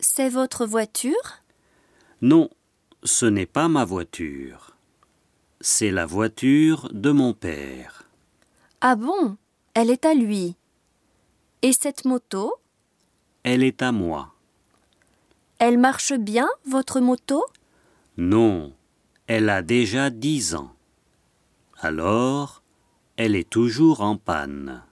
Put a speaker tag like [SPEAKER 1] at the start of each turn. [SPEAKER 1] C'est votre voiture
[SPEAKER 2] Non, ce n'est pas ma voiture. C'est la voiture de mon père.
[SPEAKER 1] Ah bon Elle est à lui. Et cette moto
[SPEAKER 2] Elle est à moi.
[SPEAKER 1] Elle marche bien, votre moto
[SPEAKER 2] Non, elle a déjà dix ans. Alors, elle est toujours en panne.